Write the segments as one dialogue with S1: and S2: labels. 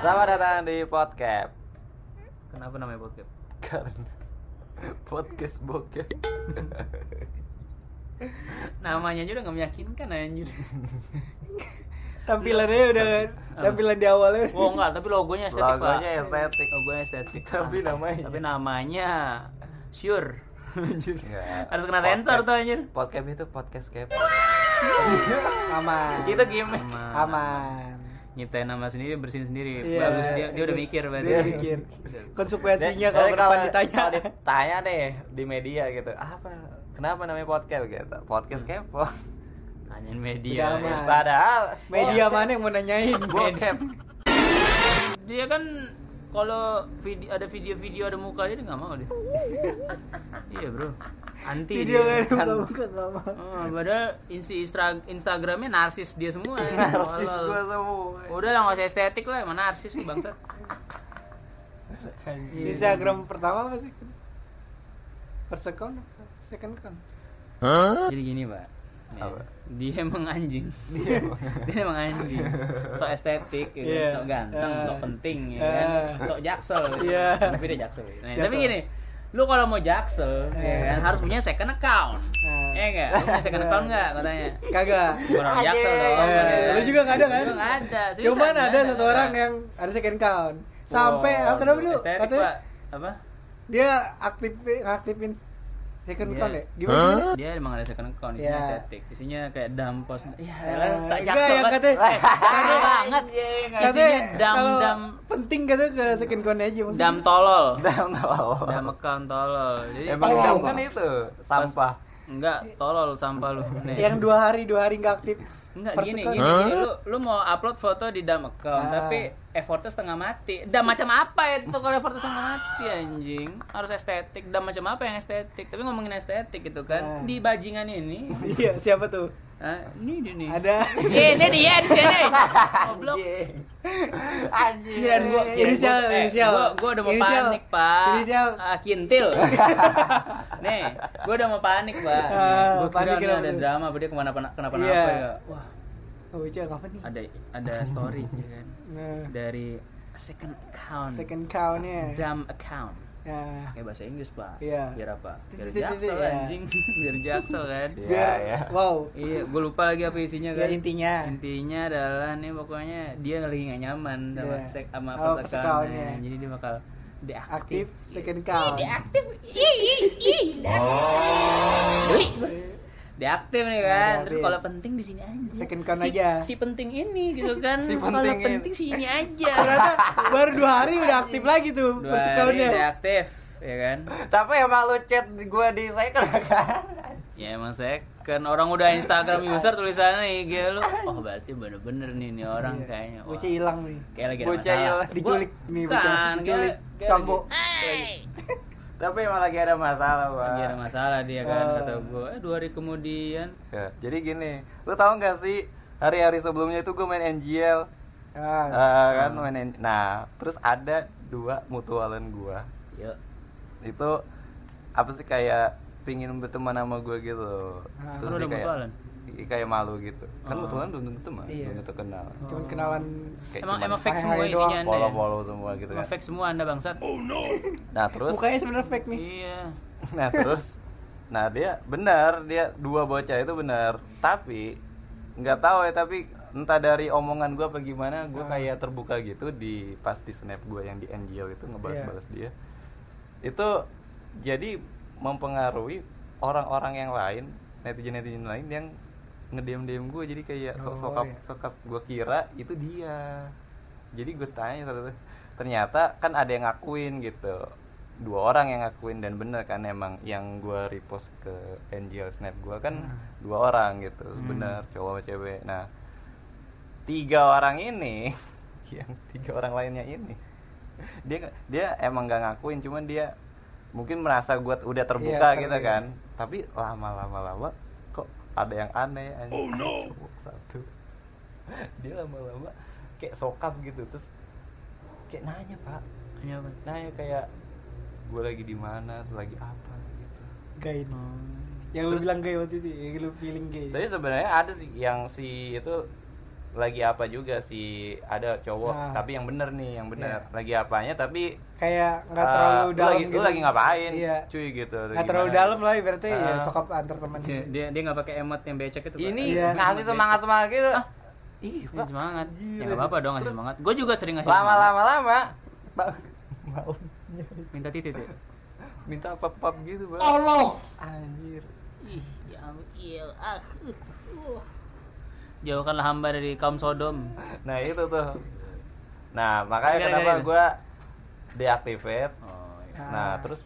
S1: Selamat datang di podcast
S2: Kenapa namanya bokep?
S1: karena podcast bokep.
S2: Namanya aja udah gak meyakinkan anjir
S3: tampilannya udah tampilan di awalnya udah-
S2: Oh enggak, tapi logonya estetik
S1: Logonya
S2: Pak.
S1: estetik.
S2: Logonya estetik
S1: Tapi
S2: Sangat.
S1: namanya-
S2: Tapi namanya Sure Anjir
S1: Enggak.
S2: Harus kena sensor tuh anjir
S1: Podcast itu podcast kepo.
S3: aman
S2: Itu gimmick
S3: aman
S2: Nyiptain nama sendiri, bersihin sendiri
S3: Iya.
S2: Bagus, dia, dia udah mikir berarti
S3: dia mikir Kan konsekuensinya kalau
S1: Jadi
S3: kenapa ditanya
S1: kalau ditanya deh di media gitu. Apa kenapa namanya podcast gitu? Podcast
S2: Hmm.
S1: kepo.
S2: Anjir media
S3: Udah aman.
S1: Padahal
S3: media
S2: Oh.
S3: mana yang mau nanyain
S1: bokep.
S2: Dia kan kalau video, ada video-video ada muka dia, dia gak mau dia Iya bro Anti
S3: video
S2: dia.
S3: kan bukan bukan lama
S2: Oh, padahal insi Instra- Instagramnya narsis dia semua. ya.
S1: Narsis
S2: Tolol.
S1: gua semua.
S2: Udah lah nggak usah estetik lah, emang narsis tuh bangsa.
S1: Anjing.
S3: Instagram pertama apa sih per second apa? second count
S2: Jadi gini pak, Ya,
S1: Apa?
S2: dia emang anjing,
S1: Iya.
S2: dia emang anjing, sok estetik, ya kan?
S3: Iya.
S2: sok ganteng,
S3: Eh.
S2: sok penting, ya kan?
S3: Eh.
S2: sok jaksel,
S3: Iya.
S2: tapi dia jaksel. ya. Nah,
S3: Jaksel.
S2: tapi gini, lu kalau mau jaksel, ya
S3: Eh.
S2: kan harus punya second account,
S3: Eh.
S2: ya enggak? Lu punya second account nggak katanya?
S3: kagak
S2: Bukan orang
S1: Anjing.
S2: jaksel dong.
S3: Eh,
S2: ya kan?
S3: lu juga nggak ada kan
S2: Lu nggak ada. seriusan,
S3: cuman
S2: nggak
S3: ada satu
S2: nggak
S3: orang
S2: ada.
S3: yang ada second count sampai
S1: Wow,
S3: ah, kenapa lu
S2: Estetik,
S3: katanya
S2: Pak. apa?
S3: dia aktif ngaktifin second
S2: Iya.
S3: count ya gimana
S2: Dia emang ada second account isinya
S3: Ya.
S2: estetik, isinya kayak dampos. Ya, elah,
S3: Eh,
S2: tak
S3: enggak,
S2: jaksel
S3: yang
S2: banget.
S3: katanya-
S2: Jaksel banget. Isinya
S3: kalau
S2: dam-dam
S3: penting kata ke second count aja maksudnya.
S2: dam tolol.
S1: Damn, tolol.
S2: Dam account tolol. Jadi
S1: Emang
S3: Tolol.
S1: dam kan itu sampah.
S2: enggak tolol sampah lu. Nih.
S3: yang dua hari dua hari nggak aktif
S2: Enggak
S3: per
S2: gini,
S3: second.
S2: gini, gini. Lu, lu mau upload foto di dam account
S3: Ah.
S2: tapi effortnya setengah mati. Dam macam apa ya itu kalau effortnya setengah mati anjing? Harus estetik. Dam macam apa yang estetik? Tapi ngomongin estetik
S3: Ah.
S2: gitu kan. Di bajingan ini.
S3: iya siapa tuh
S2: Ah, ini dia nih.
S3: ada
S2: Ini dia di sini. Goblok.
S1: Anjing.
S2: Kirain gua, kirain
S3: Inisial,
S2: gua, eh,
S3: inisial.
S2: gua, gua udah mau
S3: Inisial.
S2: panik, Pak.
S3: Inisial.
S2: Ah, kintil. Nih, gua udah mau panik, Pak.
S3: Ah,
S2: gua kira
S3: panik
S2: nih
S3: kenapa
S2: ada
S3: tuh?
S2: drama, apa dia kemana kenapa napa
S3: Iya.
S2: ya. Wah,
S3: oh Ica apa nih
S2: ada ada story ya kan.
S3: nah,
S2: Dari second account.
S3: second countnya
S2: Dumb account.
S3: ya
S2: Pakai bahasa Inggris, Pak.
S3: Iya.
S2: Biar apa? Biar
S3: Titik, titik,
S2: jaksel
S3: iya.
S2: anjing, biar jaksel kan.
S1: Iya.
S3: biar
S1: ya. Iya.
S3: wow
S2: Iya, gue lupa lagi apa isinya
S3: ya
S2: kan.
S3: intinya
S2: intinya adalah nih pokoknya dia lagi nggak nyaman sama
S3: Iya.
S2: sek
S3: Sama
S2: sama first
S3: first
S2: account-nya.
S3: account-nya.
S2: jadi dia bakal deaktif
S3: aktif
S1: iya.
S3: second
S2: Iya,
S3: count
S2: Oh. deaktif nih kan
S3: Iya,
S2: terus
S3: Deaktif.
S2: kalau penting di sini aja
S3: Second count
S2: si,
S3: aja.
S2: si penting ini gitu kan
S1: Si
S2: kalau
S1: penting ini.
S2: penting sini aja
S3: ternyata baru dua hari udah
S2: Iya.
S3: aktif lagi tuh
S2: dua
S3: per
S2: hari
S3: secondnya
S2: deaktif ya kan
S1: Tapi emang lu chat gue di saya kan.
S2: ya emang second orang udah Instagram user tulisannya IG lu oh berarti bener-bener nih nih orang kayaknya Wah,
S3: Uci Iya. hilang nih
S2: kayak lagi ada
S1: Bocah
S2: masalah
S1: hilang.
S3: diculik nih
S2: Bukan,
S3: bocah diculik
S2: kayak- kayak
S3: sambo
S1: Tapi emang lagi ada masalah, Pak.
S2: lagi ada masalah dia
S3: Eh.
S2: kan kata gue eh, dua hari kemudian
S1: Ya, jadi gini, lu tahu nggak sih hari-hari sebelumnya itu gue main NGL, Eh,
S3: Ah,
S1: kan main N- Nah, terus ada dua mutualan gua.
S2: yuk
S1: Itu apa sih kayak pingin berteman sama gue gitu.
S3: Ah,
S1: terus dia
S2: lu ada
S1: kayak
S2: mutualan? Oh.
S1: i- kayak malu gitu. Kan mutualan belum tentu teman,
S3: Iya.
S1: belum tentu kenal.
S3: cuman kenalan
S1: Kayak
S2: emang
S1: cuman
S2: emang fake
S3: hai-hai
S2: semua
S3: doang.
S2: isinya anda ya?
S1: follow-follow semua gitu
S2: Emang
S1: kan.
S2: fake semua anda bangsat
S1: Nah, terus
S3: mukanya sebenarnya fake nih
S2: iya
S1: Nah terus, nah dia benar dia dua bocah itu benar, tapi nggak tahu ya tapi entah dari omongan gue apa gimana gue
S3: Ah.
S1: kayak terbuka gitu di pas di snap gue yang di NGL itu ngebalas-balas
S3: Iya.
S1: dia itu jadi mempengaruhi orang-orang yang lain netizen netizen lain yang ngedem dem gue jadi kayak sok
S3: Oh,
S1: sokap
S3: iya.
S1: sokap gue kira itu dia jadi gue tanya ternyata, ternyata kan ada yang ngakuin gitu dua orang yang ngakuin dan bener kan emang yang gue repost ke NGL snap gue kan dua orang gitu bener cowok sama cewek nah tiga orang ini yang tiga orang lainnya ini dia dia emang gak ngakuin cuman dia mungkin merasa gue udah terbuka
S3: Iya,
S1: gitu
S3: iya.
S1: kan tapi lama-lama lama kok ada yang aneh anjing oh, satu dia lama-lama kayak sokap gitu terus kayak nanya pak
S2: Ini apa?
S1: nanya kayak gue lagi di mana lagi apa gitu
S3: gain
S2: Oh.
S3: yang lu bilang gay waktu itu yang lu feeling gay
S1: Tapi sebenarnya ada sih yang si itu lagi apa juga si ada cowok
S3: Nah.
S1: tapi yang bener nih yang bener
S3: Iya.
S1: lagi apanya tapi
S3: kayak nggak
S1: eh,
S3: terlalu
S1: lu
S3: dalam
S1: lagi, lu
S3: gitu.
S1: lagi ngapain
S3: iya
S1: cuy gitu atau
S3: nggak terlalu
S1: gimana.
S3: dalam lah ibaratnya ya
S1: Ah.
S3: sokap antar teman
S2: dia dia dia nggak pakai emot yang becek itu Pak.
S1: ini
S3: Iya.
S1: ngasih semangat semangat gitu ih
S2: Ngasih
S1: Pak,
S2: semangat
S1: Anjir.
S2: ya nggak apa-apa dong ngasih semangat gue juga sering ngasih
S1: lama
S2: semangat.
S1: lama lama Bang, mau
S2: minta titik ya
S1: minta pap pap gitu bang
S2: Allah
S1: anjir
S2: ih ya ampun iya ah uh. jauhkanlah hamba dari kaum Sodom
S1: nah itu tuh nah makanya
S2: Gara-gara
S1: kenapa
S2: itu.
S1: gue deactivate
S2: oh iya.
S1: nah
S3: Ah.
S1: terus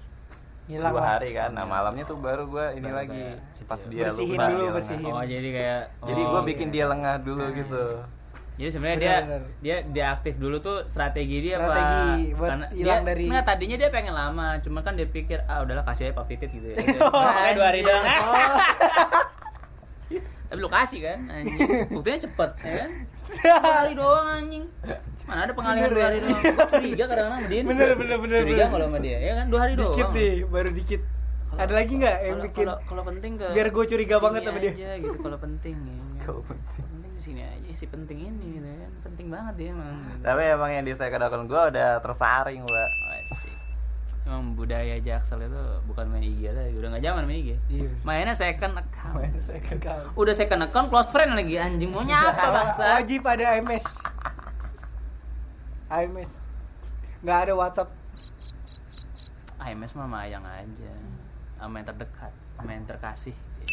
S3: hilang
S1: dua
S3: lah.
S1: hari kan nah malamnya tuh baru gue ini
S2: Baru
S1: lagi
S2: kayak-
S1: pas
S2: gitu.
S1: dia
S3: Bersihin
S1: lupa,
S3: dulu,
S1: dia lengah.
S3: bersihin. Nah.
S2: oh jadi kayak
S1: jadi
S2: oh,
S1: gue
S2: iya.
S1: bikin dia lengah dulu gitu
S2: Jadi sebenarnya dia
S3: Benar-benar.
S2: dia dia aktif dulu tuh strategi dia
S3: Strategi
S2: apa?
S3: buat
S2: Karena
S3: hilang
S2: dia-
S3: dari-
S2: Nggak, tadinya dia pengen lama, cuma kan dia pikir ah udahlah kasih aja Pak Titit gitu ya.
S3: Oh,
S2: Makanya dua hari
S3: anjir.
S2: doang.
S3: Oh.
S2: Tapi lu kasih kan, anjing. Buktinya cepet, ya kan? Dua hari doang anjing. Mana ada pengalihan
S3: Bener
S2: dua
S3: ya?
S2: hari doang. Gua curiga kadang-kadang sama dia. nih.
S3: Bener, bener, bener,
S2: Curiga
S3: bener.
S2: kalau sama dia, ya kan? Dua hari doang.
S3: dikit nih baru dikit ada lagi nggak yang
S2: Kalau-
S3: bikin
S2: kalau- kalau penting ke
S3: biar gua curiga
S2: sini
S3: banget sama dia.
S2: aja gitu kalau penting ya.
S1: Kalau penting.
S2: penting di sini aja si penting ini gitu kan. Penting banget dia emang.
S1: tapi emang yang di second account gue udah tersaring pak
S2: Oh, asik. Emang budaya Jaksel itu bukan main IG lagi, udah nggak zaman main IG.
S3: Iya.
S2: Mainnya second account.
S1: main second account
S2: Udah second account close friend lagi anjing maunya apa bangsa?
S3: wajib ada IMS IMS nggak ada WhatsApp
S2: IMS mah mayang aja. Sama yang terdekat, sama yang terkasih. Ya,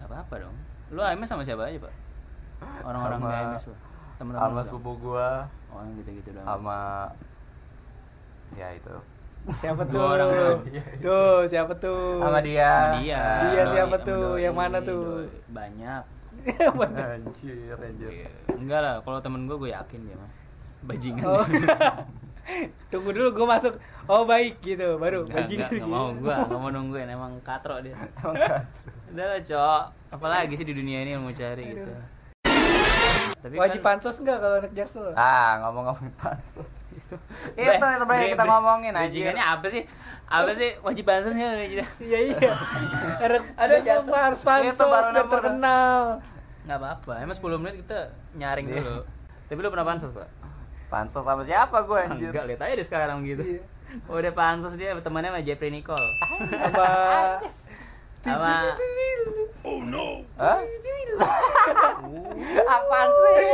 S2: nggak apa-apa dong. Lu IMS sama siapa aja, Pak? Orang-orang di
S1: Sama-
S2: IMS lu. Teman-teman
S1: sama
S2: lu dong?
S1: sepupu gue
S2: Oh, yang gitu-gitu doang.
S1: sama ya itu
S3: siapa
S2: Dua
S3: tuh
S2: orang doang.
S3: tuh siapa tuh
S1: sama dia
S2: Sama dia.
S3: Ya, Dia
S2: Doi,
S3: siapa
S2: sama
S3: tuh?
S2: doi,
S3: Yang mana tuh?
S2: doi. Banyak.
S1: anjir anjir
S2: Iya. Enggak lah, kalau temen gue gue yakin dia mah bajingan.
S3: Oh. tunggu dulu gue masuk oh baik gitu baru
S2: Enggak,
S3: bajingan
S2: enggak, enggak mau
S3: gitu.
S2: gue, enggak mau nungguin emang katro dia. Udah lah, Cok. Apalagi sih di dunia ini yang mau cari gitu. Tapi
S3: wajib
S2: kan,
S3: pansos nggak kalau anak jaksel
S1: ah ngomong-ngomong pansos itu itu
S3: Iya,
S2: Bre-
S1: sebenarnya
S2: bre-
S1: kita
S2: bre-
S1: ngomongin anjir
S2: Bajingannya apa sih? Apa sih wajib pansosnya?
S3: iya iya anak
S2: Ada
S3: anak
S2: jatuh.
S3: jaksel harus
S1: Itu
S3: pansos
S1: baru
S2: kan?
S3: biar
S1: nomor.
S3: terkenal
S2: Enggak apa-apa. Emang 10 menit kita nyaring
S3: Iya.
S2: dulu. Tapi lu pernah pansos, Pak?
S1: pansos sama siapa gue anjir
S2: Enggak, lihat aja deh sekarang gitu.
S3: Iya. Ah,
S2: Udah pansos dia temannya sama Jeffrey Nicole.
S3: apa
S2: Ah. Sama
S1: Hah? apaan sih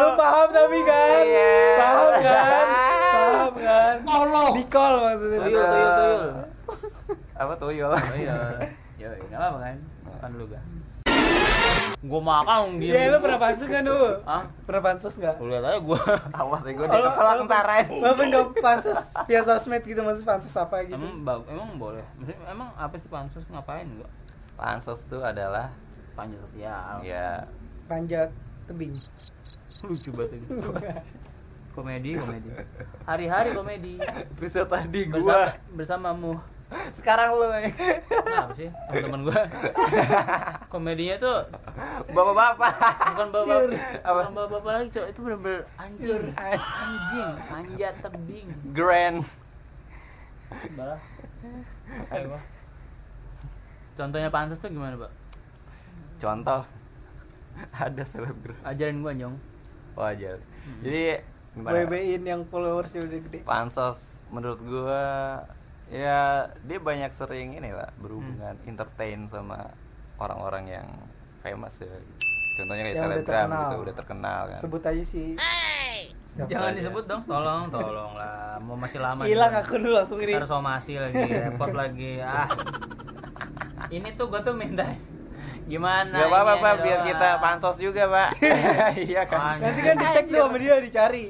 S3: lu paham tapi kan
S1: Iya.
S3: paham kan paham kan Nicole maksudnya
S2: Tuyul, tuyul, tuyul.
S1: apa tuyul
S2: Oh iya. Yo, enggak apa-apa kan? Makan dulu kan. Gua makan dia.
S3: Iya, lu pernah pansos kan lu?
S2: Hah?
S3: Pernah pansos nggak?
S2: Lu lihat aja gua.
S1: awas deh gue
S3: Oh,
S1: udah kesel
S3: lu-
S1: ntar anjir.
S3: Lu apa nggak pansos via sosmed gitu maksud pansos apa gitu?
S2: Emang ba- emang boleh. Maksudnya, emang apa sih pansus ngapain gua?
S1: pansos itu adalah
S2: Panjat sosial.
S1: ya
S3: Panjat tebing.
S2: Lucu banget itu. Komedi, komedi. Hari-hari komedi.
S1: bisa tadi
S2: Bersama,
S1: gue
S2: bersamamu.
S1: sekarang lu eh.
S2: Kenapa sih teman-teman gua? Komedinya tuh
S1: bapak-bapak
S2: bukan bapak
S1: Apa?
S2: bukan bapak lagi cok itu bener-bener anjing anjing panjat tebing
S1: grand
S2: Balah. Kayak gua. Contohnya pansos tuh gimana, Pak?
S1: contoh ada selebgram
S2: Ajarin gua, Nyong.
S1: wajar jadi gimana
S3: WB-in yang followersnya udah gede.
S1: pansos menurut gua ya dia banyak sering ini lah berhubungan entertain sama orang-orang yang famous ya contohnya kayak
S3: Yang udah
S1: selebgram
S3: terkenal.
S1: gitu udah terkenal kan
S3: Sebut aja sih. Siapa?
S2: Jangan
S1: aja.
S2: disebut dong, tolong, tolong lah. Mau masih lama.
S3: Hilang
S2: nih.
S3: aku dulu langsung ini.
S2: Ntar somasi lagi, repot lagi. Ah. Ini tuh gua tuh minta gimana?
S1: Gak apa-apa
S2: ini
S1: pak,
S2: ada
S1: biar
S2: doang.
S1: kita pansos juga pak Iya kan
S2: Anjing.
S3: Nanti kan dicek tuh sama dia dicari.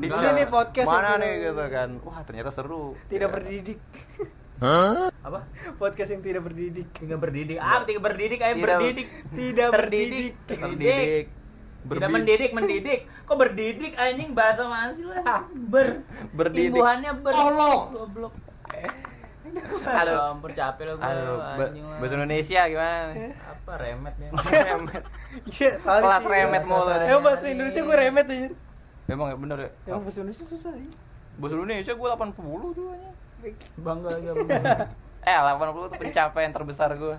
S1: Di
S2: Enggak.
S1: sini
S3: podcast yang-
S1: Mana nih gitu kan Wah ternyata seru
S3: Tidak
S1: Ya.
S3: berdidik.
S2: apa?
S3: Podcast yang tidak berdidik.
S2: Tiga berdidik. Ah, tiga berdidik, ayo
S1: Tidak-
S2: berdidik.
S3: tidak
S2: Terdidik.
S3: berdidik.
S1: Terdidik
S2: Tidak
S1: Berbi-
S2: mendidik, mendidik. Kok berdidik anjing bahasa mana sih lu? Ber.
S1: Berdidik.
S2: Imbuhannya ber. Goblok. Aduh,
S1: Aduh.
S2: ampun capek lu gua,
S1: Aduh, ba-
S2: anjing lah.
S1: bahasa Indonesia gimana? nih?
S2: Apa remet ya?
S1: Remet.
S3: Iya, soalnya
S1: Kelas
S3: sih,
S1: remet
S3: bahasa-
S1: mulu.
S3: Eh bahasa Indonesia gue remet aja.
S1: Emang ya bener ya?
S3: Emang bahasa Indonesia susah ya.
S1: Bahasa Indonesia gue 80 dulunya
S2: Bangga lagi sama
S1: eh 80 tuh pencapaian terbesar gue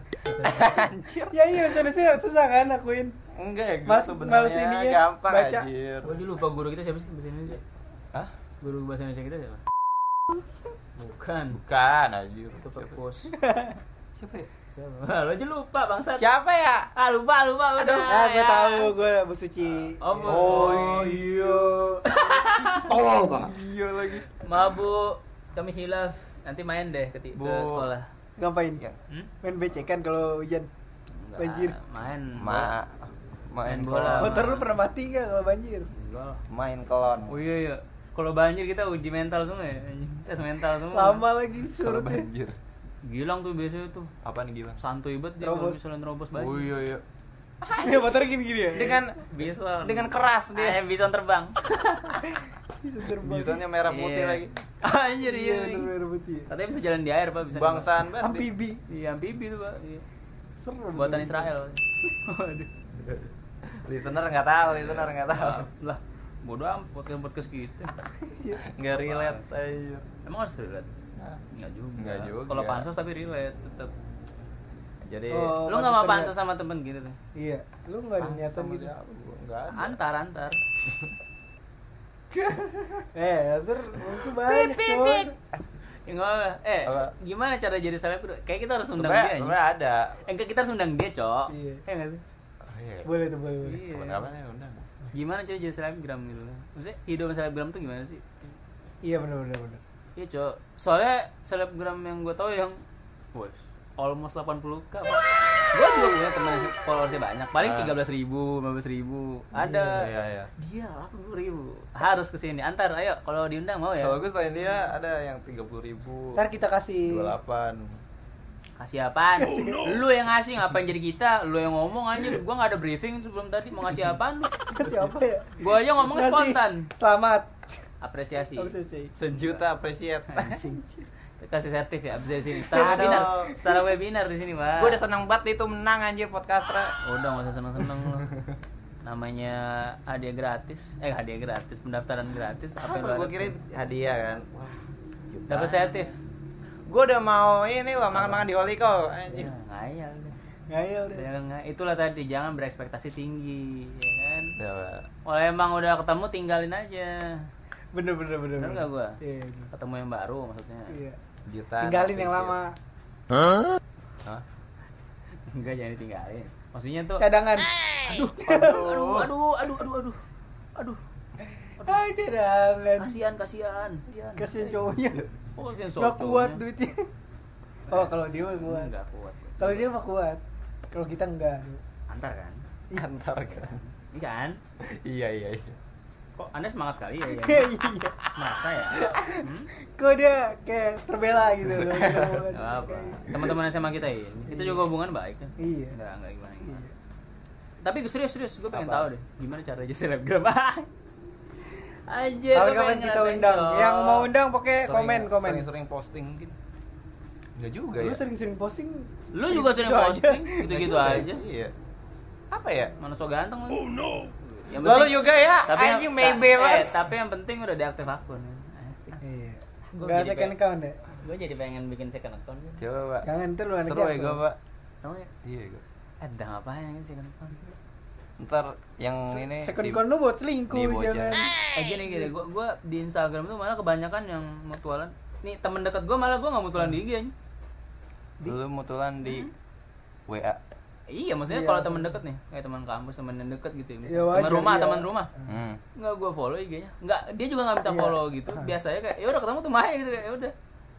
S1: anjir
S3: ya iya seharusnya susah kan akuin
S1: enggak ya gue
S3: Males- males
S1: sebenarnya
S3: ininya,
S1: gampang
S3: baca. gitu?
S1: anjir
S2: Gue dulu lupa guru kita siapa sih bahasa Indonesia?
S1: Hah?
S2: Guru bahasa Indonesia kita siapa? Bukan.
S1: bukan anjir
S2: Itu Pak
S3: gitu?
S2: Pus.
S1: siapa ya?
S2: Siapa? Lo aja lupa bangsat.
S1: siapa ya
S2: Ah lupa lupa udah.
S3: ah gue
S2: ya.
S3: tahu gue bu suci
S2: Oh, Bu.
S1: iya
S4: Tolol banget.
S1: iya lagi
S2: Maaf Bu, kami hilaf. Nanti main deh ke, ti-
S1: Bu.
S2: ke sekolah.
S3: ngapain
S1: Ya.
S2: Hmm?
S3: main becek kan kalau hujan
S2: Enggak,
S3: Banjir.
S2: Main.
S1: ma main
S2: Main bola.
S1: bola
S3: motor lu pernah mati nggak kalau banjir
S2: Enggak.
S1: main kelon
S2: Oh iya iya. Kalau banjir kita uji mental semua ya. anjing. Tes mental semua.
S3: lama lagi
S1: kalau
S3: surutnya
S1: banjir
S2: Gilang tuh biasanya tuh
S1: apaan gila
S2: santuy banget dia kalau
S3: Nerobos.
S2: misalnya nerobos banjir.
S1: oh iya iya
S3: ya motor gini gini ya
S1: dengan
S2: Bison.
S1: Dengan keras dia.
S2: Ayam bison terbang.
S3: bisa terbang
S1: bisanya merah putih
S2: Iya.
S1: lagi
S2: Anjir
S3: iya
S2: iya.
S3: motor merah putih
S2: Katanya bisa jalan di air, Pak, bisa.
S1: bangsaan banget
S3: amfibi
S2: Iya, amfibi tuh, Pak. Iya.
S3: seru
S2: Buatan Israel. Waduh.
S1: listener nggak tahu listener nggak tahu
S2: lah, bodo amat podcast podcast kita. Iya.
S1: nggak relate aja
S2: Emang harus relate?
S1: Nah.
S2: Enggak juga.
S1: Nggak juga.
S2: Kalau pansos tapi relate tetap.
S1: jadi
S3: Oh,
S2: Lu enggak mau
S3: pantesan
S2: pansos sama temen gitu tuh.
S3: iya lu nggak ada
S1: Pansos
S3: niatan
S1: sama
S3: gitu
S1: siapa? Gua nggak ada.
S2: Antar, antar.
S3: eh ter itu banyak
S2: Pip, pip,
S3: cuman
S2: pip. Ya enggak apa-apa. Eh,
S1: Apa?
S2: gimana cara jadi selebgram? Kayak kita harus undang
S1: Sebenarnya-
S2: dia. anjing.
S1: sebenarnya ada
S2: Eh, Enggak, kita harus undang dia, Cok.
S3: Iya.
S2: Eh, enggak sih?
S1: oh, iya.
S3: boleh tuh boleh boleh
S2: Iya.
S1: Temen kapan ya undang
S2: Gimana cara jadi selebgram gitu? Maksudnya hidup selebgram tuh gimana sih?
S3: iya benar benar benar
S2: Iya cok, soalnya selebgram yang gue tau yang Woi, almost 80k Gue juga punya temen yang followersnya banyak, paling
S1: Ah.
S2: 13 ribu, 15 ribu Ada,
S1: iya iya
S2: dia 80 ribu Harus kesini, antar ayo kalau diundang mau ya
S1: kalau gue selain dia ada yang tiga puluh ribu
S3: ntar kita kasih
S1: dua delapan
S2: Kasih apaan? Lu yang ngasih, ngapain jadi kita? Lu yang ngomong anjir, gue gak ada briefing sebelum tadi mau ngasih apaan lu?
S3: kasih apa ya
S2: Gue aja ngomongnya
S3: Kasih
S2: spontan
S3: selamat
S2: Apresiasi
S3: Apa sih, sih?
S1: sejuta appreciate
S2: Kasih sertif ya, abis dari sini Setara
S1: Aduh.
S2: webinar, setara webinar di sini pak
S1: gue udah seneng banget itu menang anjir podcastra
S2: Udah gak usah seneng-seneng lo Namanya hadiah gratis Eh hadiah gratis, pendaftaran gratis Apa yang lo
S1: apa gue
S2: harapin?
S1: kira hadiah kan
S3: Ah.
S2: Dapet sertif
S1: gue udah mau ini loh makan-makan di Holiko
S2: Ya,
S3: Iya.
S1: anjir
S2: ngayal deh.
S3: ngayal deh
S2: Jangan ngayal. Itulah tadi, jangan berekspektasi tinggi ya kan?
S1: Udah, Pak.
S2: Kalau emang udah ketemu tinggalin aja
S3: bener bener bener
S2: Bener
S3: bener.
S2: gak gua?
S3: iya bener.
S2: Ketemu yang baru maksudnya
S3: iya
S1: Jutaan
S3: tinggalin yang
S1: appreciate.
S3: lama
S1: Hah?
S2: Enggak jangan ditinggalin Maksudnya tuh
S3: cadangan
S2: Aduh, aduh, aduh, aduh, aduh Aduh,
S3: ah cadangan
S2: kasihan, kasihan
S3: kasihan cowoknya
S2: Oh, kasihan
S3: nggak kuat
S2: sotonya.
S3: duitnya oh kalau dia mah kuat
S2: Nggak kuat
S3: kalau dia mah kuat kalau kita enggak
S2: Antar kan?
S1: antar kan
S2: Ini kan?
S1: iya iya iya
S2: Kok Anda semangat sekali ya?
S3: iya
S2: ya? Masa ya? Hmm?
S3: kok dia kayak terbela gitu loh
S2: Gak apa. Teman-teman SMA kita ini, kita juga hubungan baik kan?
S3: Iya.
S2: Enggak, enggak gimana gimana.
S3: Iya.
S2: Tapi gue serius serius, gue pengen
S1: Apa?
S2: tahu deh, gimana cara jadi selebgram. Anjir, gue
S3: kapan
S2: pengen
S3: kita
S2: ngerasain,
S3: undang
S2: Cok.
S3: yang mau undang pokoknya
S1: Sering- ya,
S3: komen komen
S1: sering-sering posting mungkin nggak juga
S3: lu
S1: ya
S3: sering-sering posting
S2: Lu juga sering
S3: gitu aja.
S2: posting,
S1: Nggak
S2: gitu-gitu
S1: juga ya.
S2: aja.
S1: iya apa ya
S2: Mana so ganteng lu. Oh no. Yang
S1: Lalu juga ya, anjing
S2: yang-
S1: maybe
S2: ta-
S1: banget.
S2: eh, tapi yang penting udah deaktif akun. Asik.
S3: iya
S2: Gua
S3: Gak
S2: jadi
S3: second
S2: kayak-
S3: account ya?
S2: Gue jadi pengen bikin second account.
S1: coba pak
S3: Jangan ntar lu anaknya
S1: seru ya
S3: apa?
S1: gue pak
S2: Tahu ya?
S1: iya gue
S2: Eh, udah ngapain yang second account?
S1: ntar yang ini
S3: Second
S1: si-
S3: account lu buat selingkuh
S1: di bocah.
S3: jangan
S2: Eh gini gini, gua, gua di Instagram tuh malah kebanyakan yang mutualan. Nih temen dekat gua malah gua nggak mutualan
S3: Hmm.
S2: di IG anjing.
S1: dulu mutulan di
S3: Hmm.
S1: WA
S2: Iya maksudnya
S3: Iya,
S2: kalau
S3: langsung.
S2: temen deket nih, kayak teman kampus, temen yang deket gitu ya.
S3: Ya,
S2: misalnya.
S3: wajar,
S2: teman rumah,
S3: iya.
S2: teman rumah.
S1: hmm.
S2: Nggak gua follow IG-nya. Nggak, dia juga nggak minta
S3: Iya.
S2: follow gitu. Biasanya kayak ya udah ketemu tuh main gitu kayak ya udah.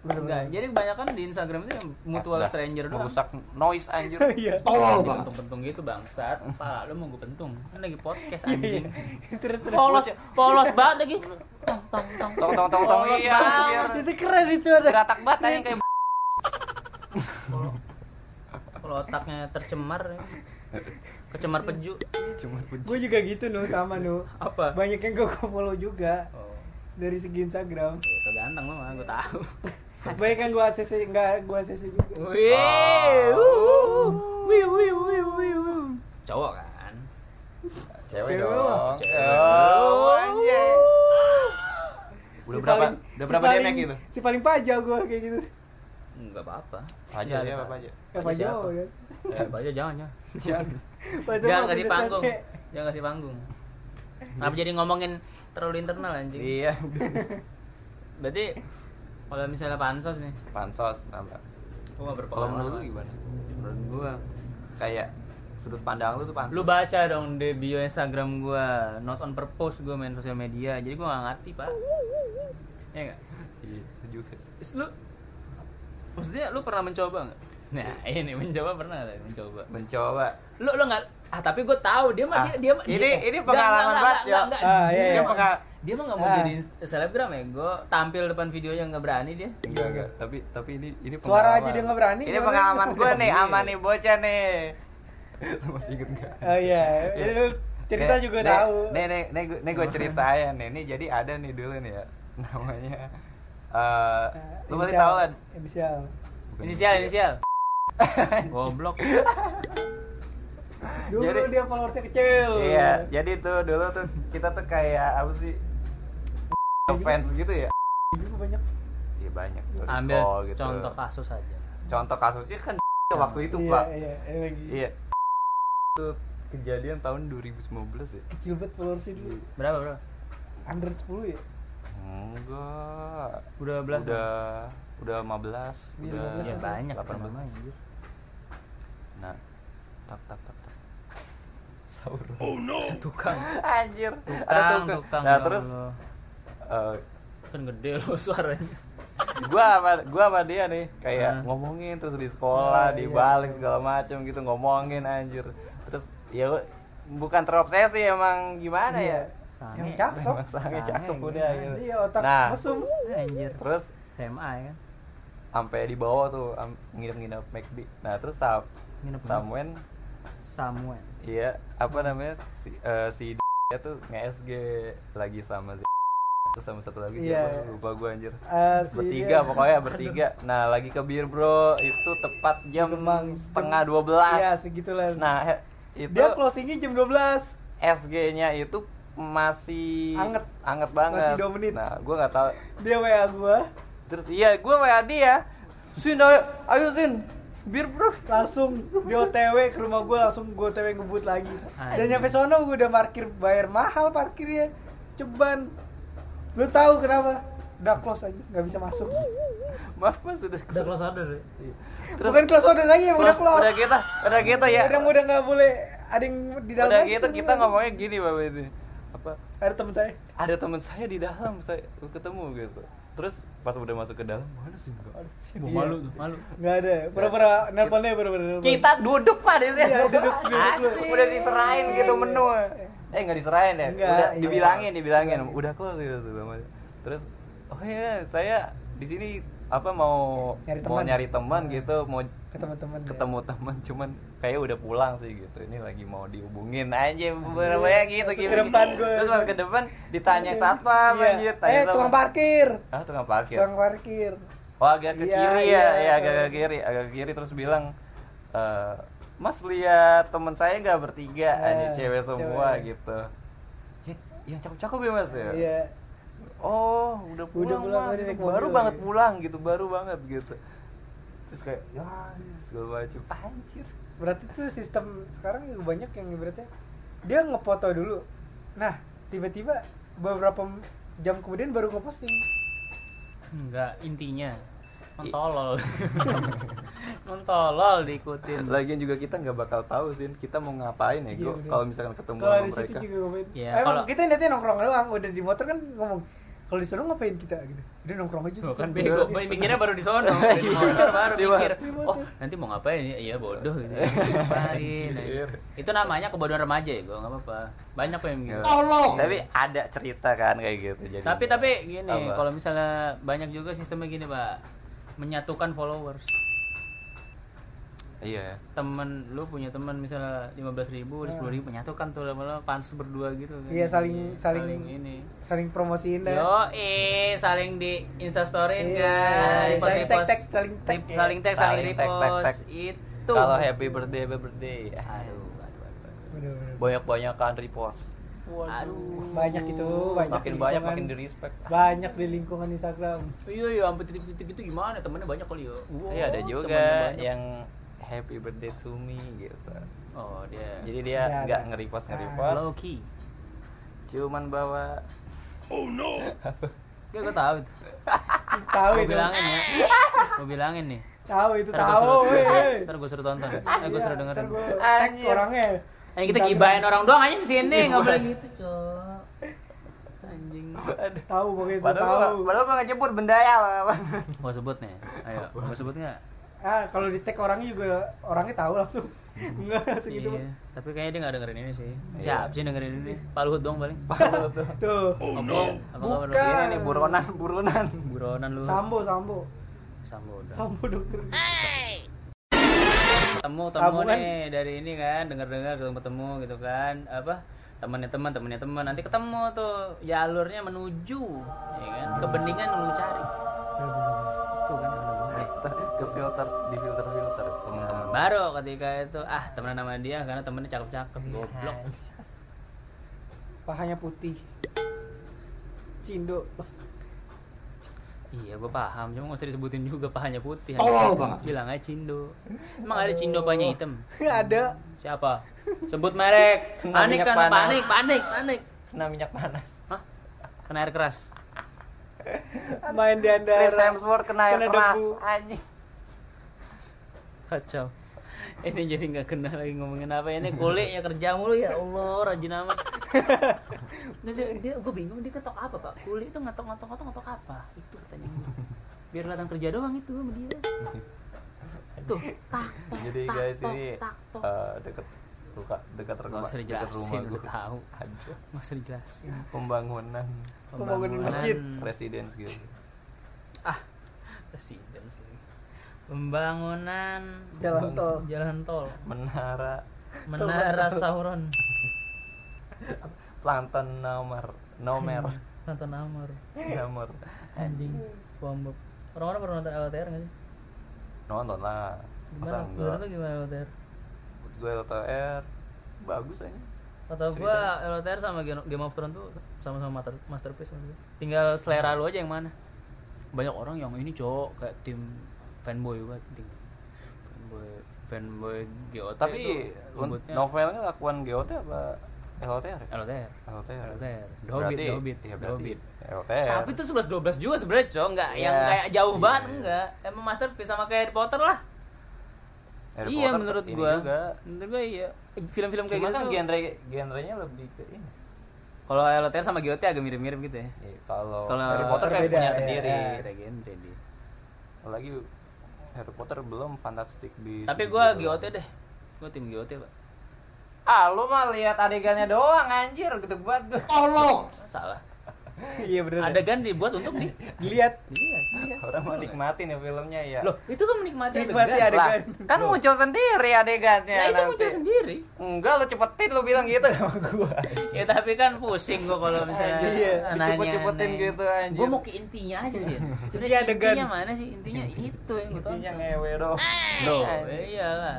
S3: Bener-bener.
S2: Nggak, jadi kebanyakan di Instagram itu yang mutual
S1: Dah,
S2: stranger doang.
S1: merusak noise anjir
S3: Iya
S4: Tolol banget.
S2: Pentung-pentung gitu bangsat. Pala lu mau gua pentung. Kan lagi podcast anjing.
S3: Iya, Terus terus
S2: polos polos banget lagi. Tong tong tong.
S1: tong tong tong tong
S2: Polos
S1: iya
S2: banget.
S1: biar
S3: Itu keren itu Iya. ada
S1: geratak banget anjing kayak
S2: Kalau- kalau otaknya tercemar ya. kecemar peju
S1: cuma
S3: Gue juga gitu nu sama nu
S2: apa
S3: Banyak yang gue follow juga
S2: oh
S3: Dari segi Instagram
S2: ya, so ganteng lo mah gue tahu
S3: Banyak yang gue ACC, enggak gue ACC juga
S2: wih
S1: Oh.
S2: wuh, wih wih wih wih wuh. cowok kan
S1: cewek
S3: Cewek
S1: dong
S3: lah.
S1: oh anjir udah
S3: Si
S1: berapa
S3: paling-
S1: udah
S3: si
S1: berapa
S3: paling-
S1: DMX itu
S3: Si paling pajak gue kayak gitu
S1: Hmm,
S2: nggak apa-apa
S1: Pajak dia apa pajak?
S3: Ya Pak Jo kan.
S2: ya pajak jangan ya
S1: Jangan.
S3: Pak Jo
S2: jangan
S3: masih
S2: kasih
S3: di
S2: panggung
S3: sate.
S2: jangan kasih panggung kenapa jadi ngomongin terlalu internal anjing
S1: Iya.
S2: berarti kalau misalnya pansos nih
S1: Pansos nambah.
S2: gua nggak
S1: Kalau
S2: berpengalaman
S1: menurut lu gimana?
S2: menurut gua
S1: Kayak sudut pandang lu tuh pansos.
S2: lu baca dong di bio Instagram gua not on purpose gua main sosial media jadi gua nggak ngerti pak ya nggak
S1: Iya, itu juga sih.
S2: Terus lu maksudnya lu pernah mencoba nggak nah ini mencoba pernah nggak mencoba
S1: Mencoba.
S2: lu lu nggak ah tapi gue tahu dia
S1: Ah,
S2: mah dia dia mah-
S1: ini-
S2: dia-
S1: ini
S2: nggak,
S1: pengalaman
S2: nggak,
S1: banget,
S2: nggak,
S1: Yo.
S3: Ah,
S2: nggak, dia
S3: iya,
S2: mah-
S3: iya.
S1: Dia pengal
S2: dia mah nggak mau
S3: Ah.
S2: jadi selebgram ya gue tampil depan videonya nggak berani dia
S1: Enggak, enggak. Tapi tapi ini ini
S3: Suara
S1: pengalaman.
S3: aja dia nggak berani,
S1: Ini
S3: gimana?
S1: pengalaman gue nih
S2: Iya.
S1: ama nih bocah nih. Lu masih inget enggak?
S3: Oh iya, ini lu cerita juga
S1: nih,
S3: tahu.
S1: Nih nih nih, gue- nih gue cerita ya nih. Nih jadi ada nih dulu nih ya. Namanya eh lu pasti tahu kan?
S3: Inisial.
S1: Bukan
S2: inisial
S1: gitu.
S2: inisial goblok
S3: Dulu
S1: Jadi-
S3: dia followersnya kecil.
S1: Iya, jadi tuh dulu tuh kita tuh kayak apa sih? fans gitu ya.
S3: Ini gua banyak.
S1: Iya banyak tuh.
S2: ambil
S1: recall gitu.
S2: contoh kasus aja
S1: Contoh kasusnya kan waktu itu,
S3: Iya,
S1: Pak.
S3: Iya, iya, lagi.
S1: Iya. Itu kejadian tahun 2019 ya?
S3: Kecil banget followersnya dulu.
S2: berapa bro
S3: Under 10 ya?
S1: Enggak.
S2: udah belas
S1: udah udah 15,
S3: Iya,
S1: udah
S3: 15.
S2: ya banyak
S1: 18.
S2: namanya, anjir.
S1: Nah, tak tak tak tak. Sahur.
S2: Ada tukang
S1: Anjir. Ada
S2: tukang
S1: tukang.
S2: tukang
S1: Nah,
S2: ya
S1: terus
S2: Allah.
S1: eh,
S2: kan gede lo suaranya
S1: gua sama gua sama dia nih kayak
S2: Ah.
S1: ngomongin terus di
S3: Ah,
S1: sekolah di
S3: iya.
S1: balik segala macem gitu ngomongin anjir terus ya bukan terobsesi emang gimana
S3: Iya.
S1: ya
S2: Sange.
S3: Yang cakep.
S1: emang sange
S2: Sange,
S1: cakep
S2: gitu.
S1: udah gitu
S3: Iya, otak
S1: nah
S3: mesum.
S2: anjir
S1: terus
S2: SMA ya kan
S1: sampai di bawah tuh am- nginep-nginep McD nah terus Sam
S2: nginep
S1: Samuel
S2: Samuel
S1: iya apa namanya si eh, si dia tuh nge-SG lagi sama si terus sama satu lagi
S3: Iya.
S1: siapa lupa gua anjir
S3: Eh, si
S1: bertiga
S3: dia-
S1: pokoknya bertiga nah lagi ke bir bro itu tepat jam
S3: Demang.
S1: setengah
S3: Jam-
S1: dua belas
S3: Iya, segitulah.
S1: nah he- itu
S3: Dia closingnya jam 12
S1: SG-nya itu masih
S3: Anget.
S1: anget banget
S3: Masih dua menit.
S1: nah gue nggak tahu
S3: Dia WA gua
S1: terus iya gue wa dia sin ayo ayo sin bir bro
S3: Langsung di OTW ke rumah gua Langsung gua OTW ngebut lagi Dan
S2: Anjing.
S3: nyampe sono gua udah parkir Bayar mahal parkirnya Ceban Lu tahu kenapa? Udah close aja, nggak bisa masuk
S1: maaf mas sudah
S2: udah close order ya?
S3: Bukan close order lagi, emang udah
S1: Terus
S3: close
S1: udah kita udah kita ya
S3: Udah udah nggak boleh ada yang di dalam
S1: udah
S3: lagi,
S1: gitu
S3: sono
S1: kita
S3: lagi.
S1: ngomongnya gini bapak ini apa
S3: Ada temen saya
S1: ada teman saya di dalam saya ketemu gitu terus pas udah masuk ke dalam mana sih nggak ada sih
S2: Gua
S3: Iya.
S2: malu tuh malu
S3: Nggak ada, pura-pura nelponnya pura-pura nelpon.
S1: kita duduk pak di sini
S3: Iya, duduk, duduk.
S1: Asik. udah diserahin gitu menu eh nggak diserahin ya
S3: Enggak,
S1: udah
S3: iya.
S1: dibilangin dibilangin udah close gitu tuh sama dia. terus oh iya saya di sini apa mau
S3: Nyari
S1: mau
S3: teman.
S1: nyari teman gitu mau
S3: ke teman-teman. ya.
S1: ketemu teman cuman kayak udah pulang sih gitu ini lagi mau dihubungin aja beberapa gitu
S3: Terus
S1: gitu
S3: ke depan Iya.
S1: gitu.
S3: gua.
S1: terus pas ke depan ditanya satpam
S3: Iya.
S1: anjir tanya
S3: Eh,
S1: satpam.
S3: tukang parkir.
S1: ah tukang parkir
S3: Tukang parkir.
S1: Oh agak ke
S3: Iya,
S1: kiri
S3: iya.
S1: ya, ya agak ke kiri, agak ke kiri terus bilang, "Eh, Mas lihat temen saya nggak bertiga,
S3: Eh,
S1: aja cewek semua
S3: cewek.
S1: gitu. Ya, yang cakep-cakep ya mas ya.
S3: Iya.
S1: Oh udah pulang,
S3: Udah pulang,
S1: mas,
S3: udah naik
S1: baru
S3: mobil. iya.
S1: banget pulang gitu, baru banget gitu. Terus kayak, ya segala macam, anjir.
S3: Berarti tuh sistem sekarang juga banyak yang ibaratnya dia ngefoto dulu. Nah, tiba-tiba beberapa m- jam kemudian baru ngeposting.
S2: enggak intinya mentolol mentolol diikutin
S1: Lagian juga kita nggak bakal tahu sih, kita mau ngapain ya,
S3: Iya,
S1: gua
S3: bener.
S1: kalau misalkan ketemu
S3: Kalau
S1: sama
S3: di situ
S1: mereka.
S3: juga ngapain?
S2: Iya,
S3: Emang
S2: kalau-
S3: kita lihatnya nongkrong doang, udah di motor kan ngomong kalau disuruh ngapain kita gitu. Udah nongkrong aja. gitu.
S2: Tuh, kan bego, Bayi mikirnya baru di sono, di motor baru mikir, oh nanti mau ngapain ya? Iya bodoh gitu. Ngapain? Nah,
S1: Anjir.
S2: Itu namanya kebodohan remaja ya, gue nggak apa-apa. Banyak kok yang gitu.
S4: Tolong.
S1: Iya. Tapi ada cerita kan kayak gitu. Jadi
S2: Tapi tapi gini,
S1: Apa?
S2: kalau misalnya banyak juga sistemnya gini pak, menyatukan followers.
S1: iya.
S2: Temen lu punya temen misalnya 15.000 ribu,
S3: Ah.
S2: sepuluh ribu menyatukan tuh lama-lama pansus berdua gitu. kan.
S3: Iya, saling- saling-
S2: ini.
S3: Saling promosiin dah.
S2: Yo, eh saling di instastory
S3: Iya,
S2: kan,
S3: saling
S2: repost repost,
S3: tag-tag, saling tag,
S2: Rip-
S3: ya.
S2: saling tag, saling
S1: Saling tag, tag,
S2: repost
S1: tag.
S2: itu.
S1: Kalau happy birthday, happy birthday.
S2: Aduh, aduh, aduh. aduh.
S3: Bener-bener.
S1: Banyak-banyakan repost.
S3: Bener-bener.
S2: Aduh.
S3: Banyak itu, banyak
S1: makin
S3: di
S1: banyak
S3: lingkungan.
S1: makin di respect
S3: banyak di lingkungan Instagram
S2: Iya iya sampai titik-titik itu gimana temennya banyak kali ya.
S1: iya ada
S2: Wah, temennya
S1: juga
S2: banyak.
S1: yang happy birthday to me gitu
S2: Oh dia.
S1: jadi dia
S3: Ada,
S1: nggak
S3: ada.
S1: nge-repost
S3: Ah.
S2: low
S1: nge-repost
S2: key.
S1: cuman bawa
S2: Gue gue tahu itu.
S3: tahu
S2: Gue
S3: itu
S2: bilangin ya. Gue bilangin nih.
S3: tahu itu
S2: Ntar gue
S3: tahu
S2: suruh,
S3: weh.
S2: ntar gue suruh tonton. Eh gue
S3: Iya,
S2: suruh dengerin.
S3: ntar gua tag orangnya
S2: Eh kita gibain orang doang aja di sini nggak boleh gitu cok. Anjing.
S1: Aduh.
S3: tahu pokoknya itu
S1: padahal
S3: tahu
S1: gua- padahal gua nggak nyebut benda ya lah
S2: Mau sebut nih. Ayo. Mau sebut nggak?
S3: ah kalau di tag orangnya juga orangnya tahu langsung enggak langsung gitu
S2: Iya. Tapi kayaknya dia nggak dengerin ini sih.
S1: Iya.
S2: Siap sih dengerin ini. Pak Luhut dong paling.
S3: tuh
S2: Ngomong. Apa kabar lu?
S3: Bukan.
S1: ini nih buronan buronan
S2: Buronan lu.
S3: sambo sambo
S2: Sambo udah.
S3: sambo dokter
S2: ketemu temu
S3: Tabungan.
S2: nih dari ini kan dengar dengar ketemu ketemu gitu kan apa temannya teman temannya teman nanti ketemu tuh jalurnya menuju ya kan kebeningan yang lu cari tuh kan yang lu cari.
S1: ke filter di filter filter teman-teman
S2: baru ketika itu ah temenan sama dia karena temennya cakep cakep goblok
S3: pahanya putih cindo
S2: iya gue paham cuma nggak usah disebutin juga pahanya putih
S4: Tolol banget. Oh.
S2: bilang aja cindo emang ada cindo pahanya hitam
S3: ada
S2: siapa sebut merek
S1: Kena
S2: panik
S1: minyak
S2: kan
S1: panas.
S2: panik panik panik
S1: kena minyak panas
S2: Hah? kena air keras
S3: main di
S1: Chris
S3: andara
S1: Hemsworth kena air
S3: Kena
S1: keras
S3: debu.
S1: anjing
S2: Kacau. Ini jadi nggak kenal lagi ngomongin apa ini kulit ya kerja mulu ya Allah rajin amat. Nah, dia, dia gue bingung dia ketok apa pak kulit itu ngetok ngetok ngetok ngetok apa itu katanya biar kelihatan kerja doang itu sama dia tuh tak tok,
S1: jadi
S2: tak,
S1: guys
S2: tok,
S1: ini
S2: tak, tok.
S1: eh, dekat luka dekat rumah
S2: Nggak usah
S1: dekat
S2: dijelasin
S1: gua.
S2: udah tahu
S1: Hancur.
S2: nggak usah dijelasin
S1: pembangunan
S3: Pembangunan masjid.
S1: residence gitu
S2: ah presiden sih pembangunan
S3: jalan tol
S2: jalan tol
S1: menara
S2: menara Sauron
S1: planton nomor nomor
S2: nonton Amor
S1: nomor
S2: anjing SpongeBob orang-orang pernah nonton LTR nggak sih
S1: nonton lah masa enggak
S2: gimana menurut lu gimana LTR
S1: gue LTR bagus aja
S2: kata gua LTR sama Gen- Game of Thrones tuh sama-sama master masterpiece maksudnya. tinggal selera lu aja yang mana banyak orang yang ini cowok kayak tim fanboy banget tim fanboy fanboy GOT
S1: tapi
S2: itu
S1: un-
S2: rambutnya
S1: novelnya lakuan GOT apa LTR ya?
S2: LTR
S1: LTR
S2: LTR. The Hobbit,
S1: berarti
S2: The Hobbit,
S1: ya
S2: The
S1: berarti
S2: Hobbit.
S1: LTR
S2: tapi itu 11 12 juga sebenarnya cowok nggak yang
S1: Iya.
S2: kayak jauh
S1: Iya,
S2: banget
S1: iya.
S2: enggak emang masterpiece sama kayak Harry Potter lah
S1: Harry
S2: iya
S1: Potter
S2: menurut
S1: ini
S2: gua
S1: juga.
S2: menurut gua iya film-film kayak
S1: Cuma
S2: gitu
S1: kan
S2: tuh-
S1: genre genrenya lebih ke ini.
S2: Kalau LTR sama GOT agak mirip-mirip gitu ya.
S1: Ya, kalau
S2: Kalau iya,
S1: Harry Potter kan
S3: berbeda,
S1: punya
S3: ya,
S1: sendiri.
S3: ya.
S2: Beda genre dia.
S1: Apalagi Harry Potter belum fantastik di.
S2: Tapi gue GOT deh. Gue tim GOT, Pak.
S1: Ah, lu mah lihat adegannya doang anjir, gede banget gua.
S2: Oh.
S4: Tolol.
S2: Salah.
S3: iya bener
S2: Adegan
S1: ya?
S2: dibuat untuk nih.
S3: dilihat
S2: kan? Iya.
S1: Orang mau nikmatin ya filmnya ya.
S2: Loh, itu kan menikmati
S3: Nikmati
S2: adegan.
S3: adegan.
S1: Lah, kan muncul sendiri adegannya.
S2: Ya itu
S1: nanti.
S2: muncul sendiri.
S1: Enggak, lu cepetin lu bilang gitu sama gua.
S2: Ya tapi kan pusing gue kalau misalnya
S3: Iya,
S1: dicepet-cepetin gitu, anjir.
S2: Gue mau ke intinya aja sih.
S3: Intinya
S2: Sebenarnya
S3: adegan.
S2: intinya mana sih? Intinya itu yang gue
S1: Intinya
S2: tonton.
S1: ngewe doang.
S2: Loh, eh,
S1: Anjir.
S2: iyalah.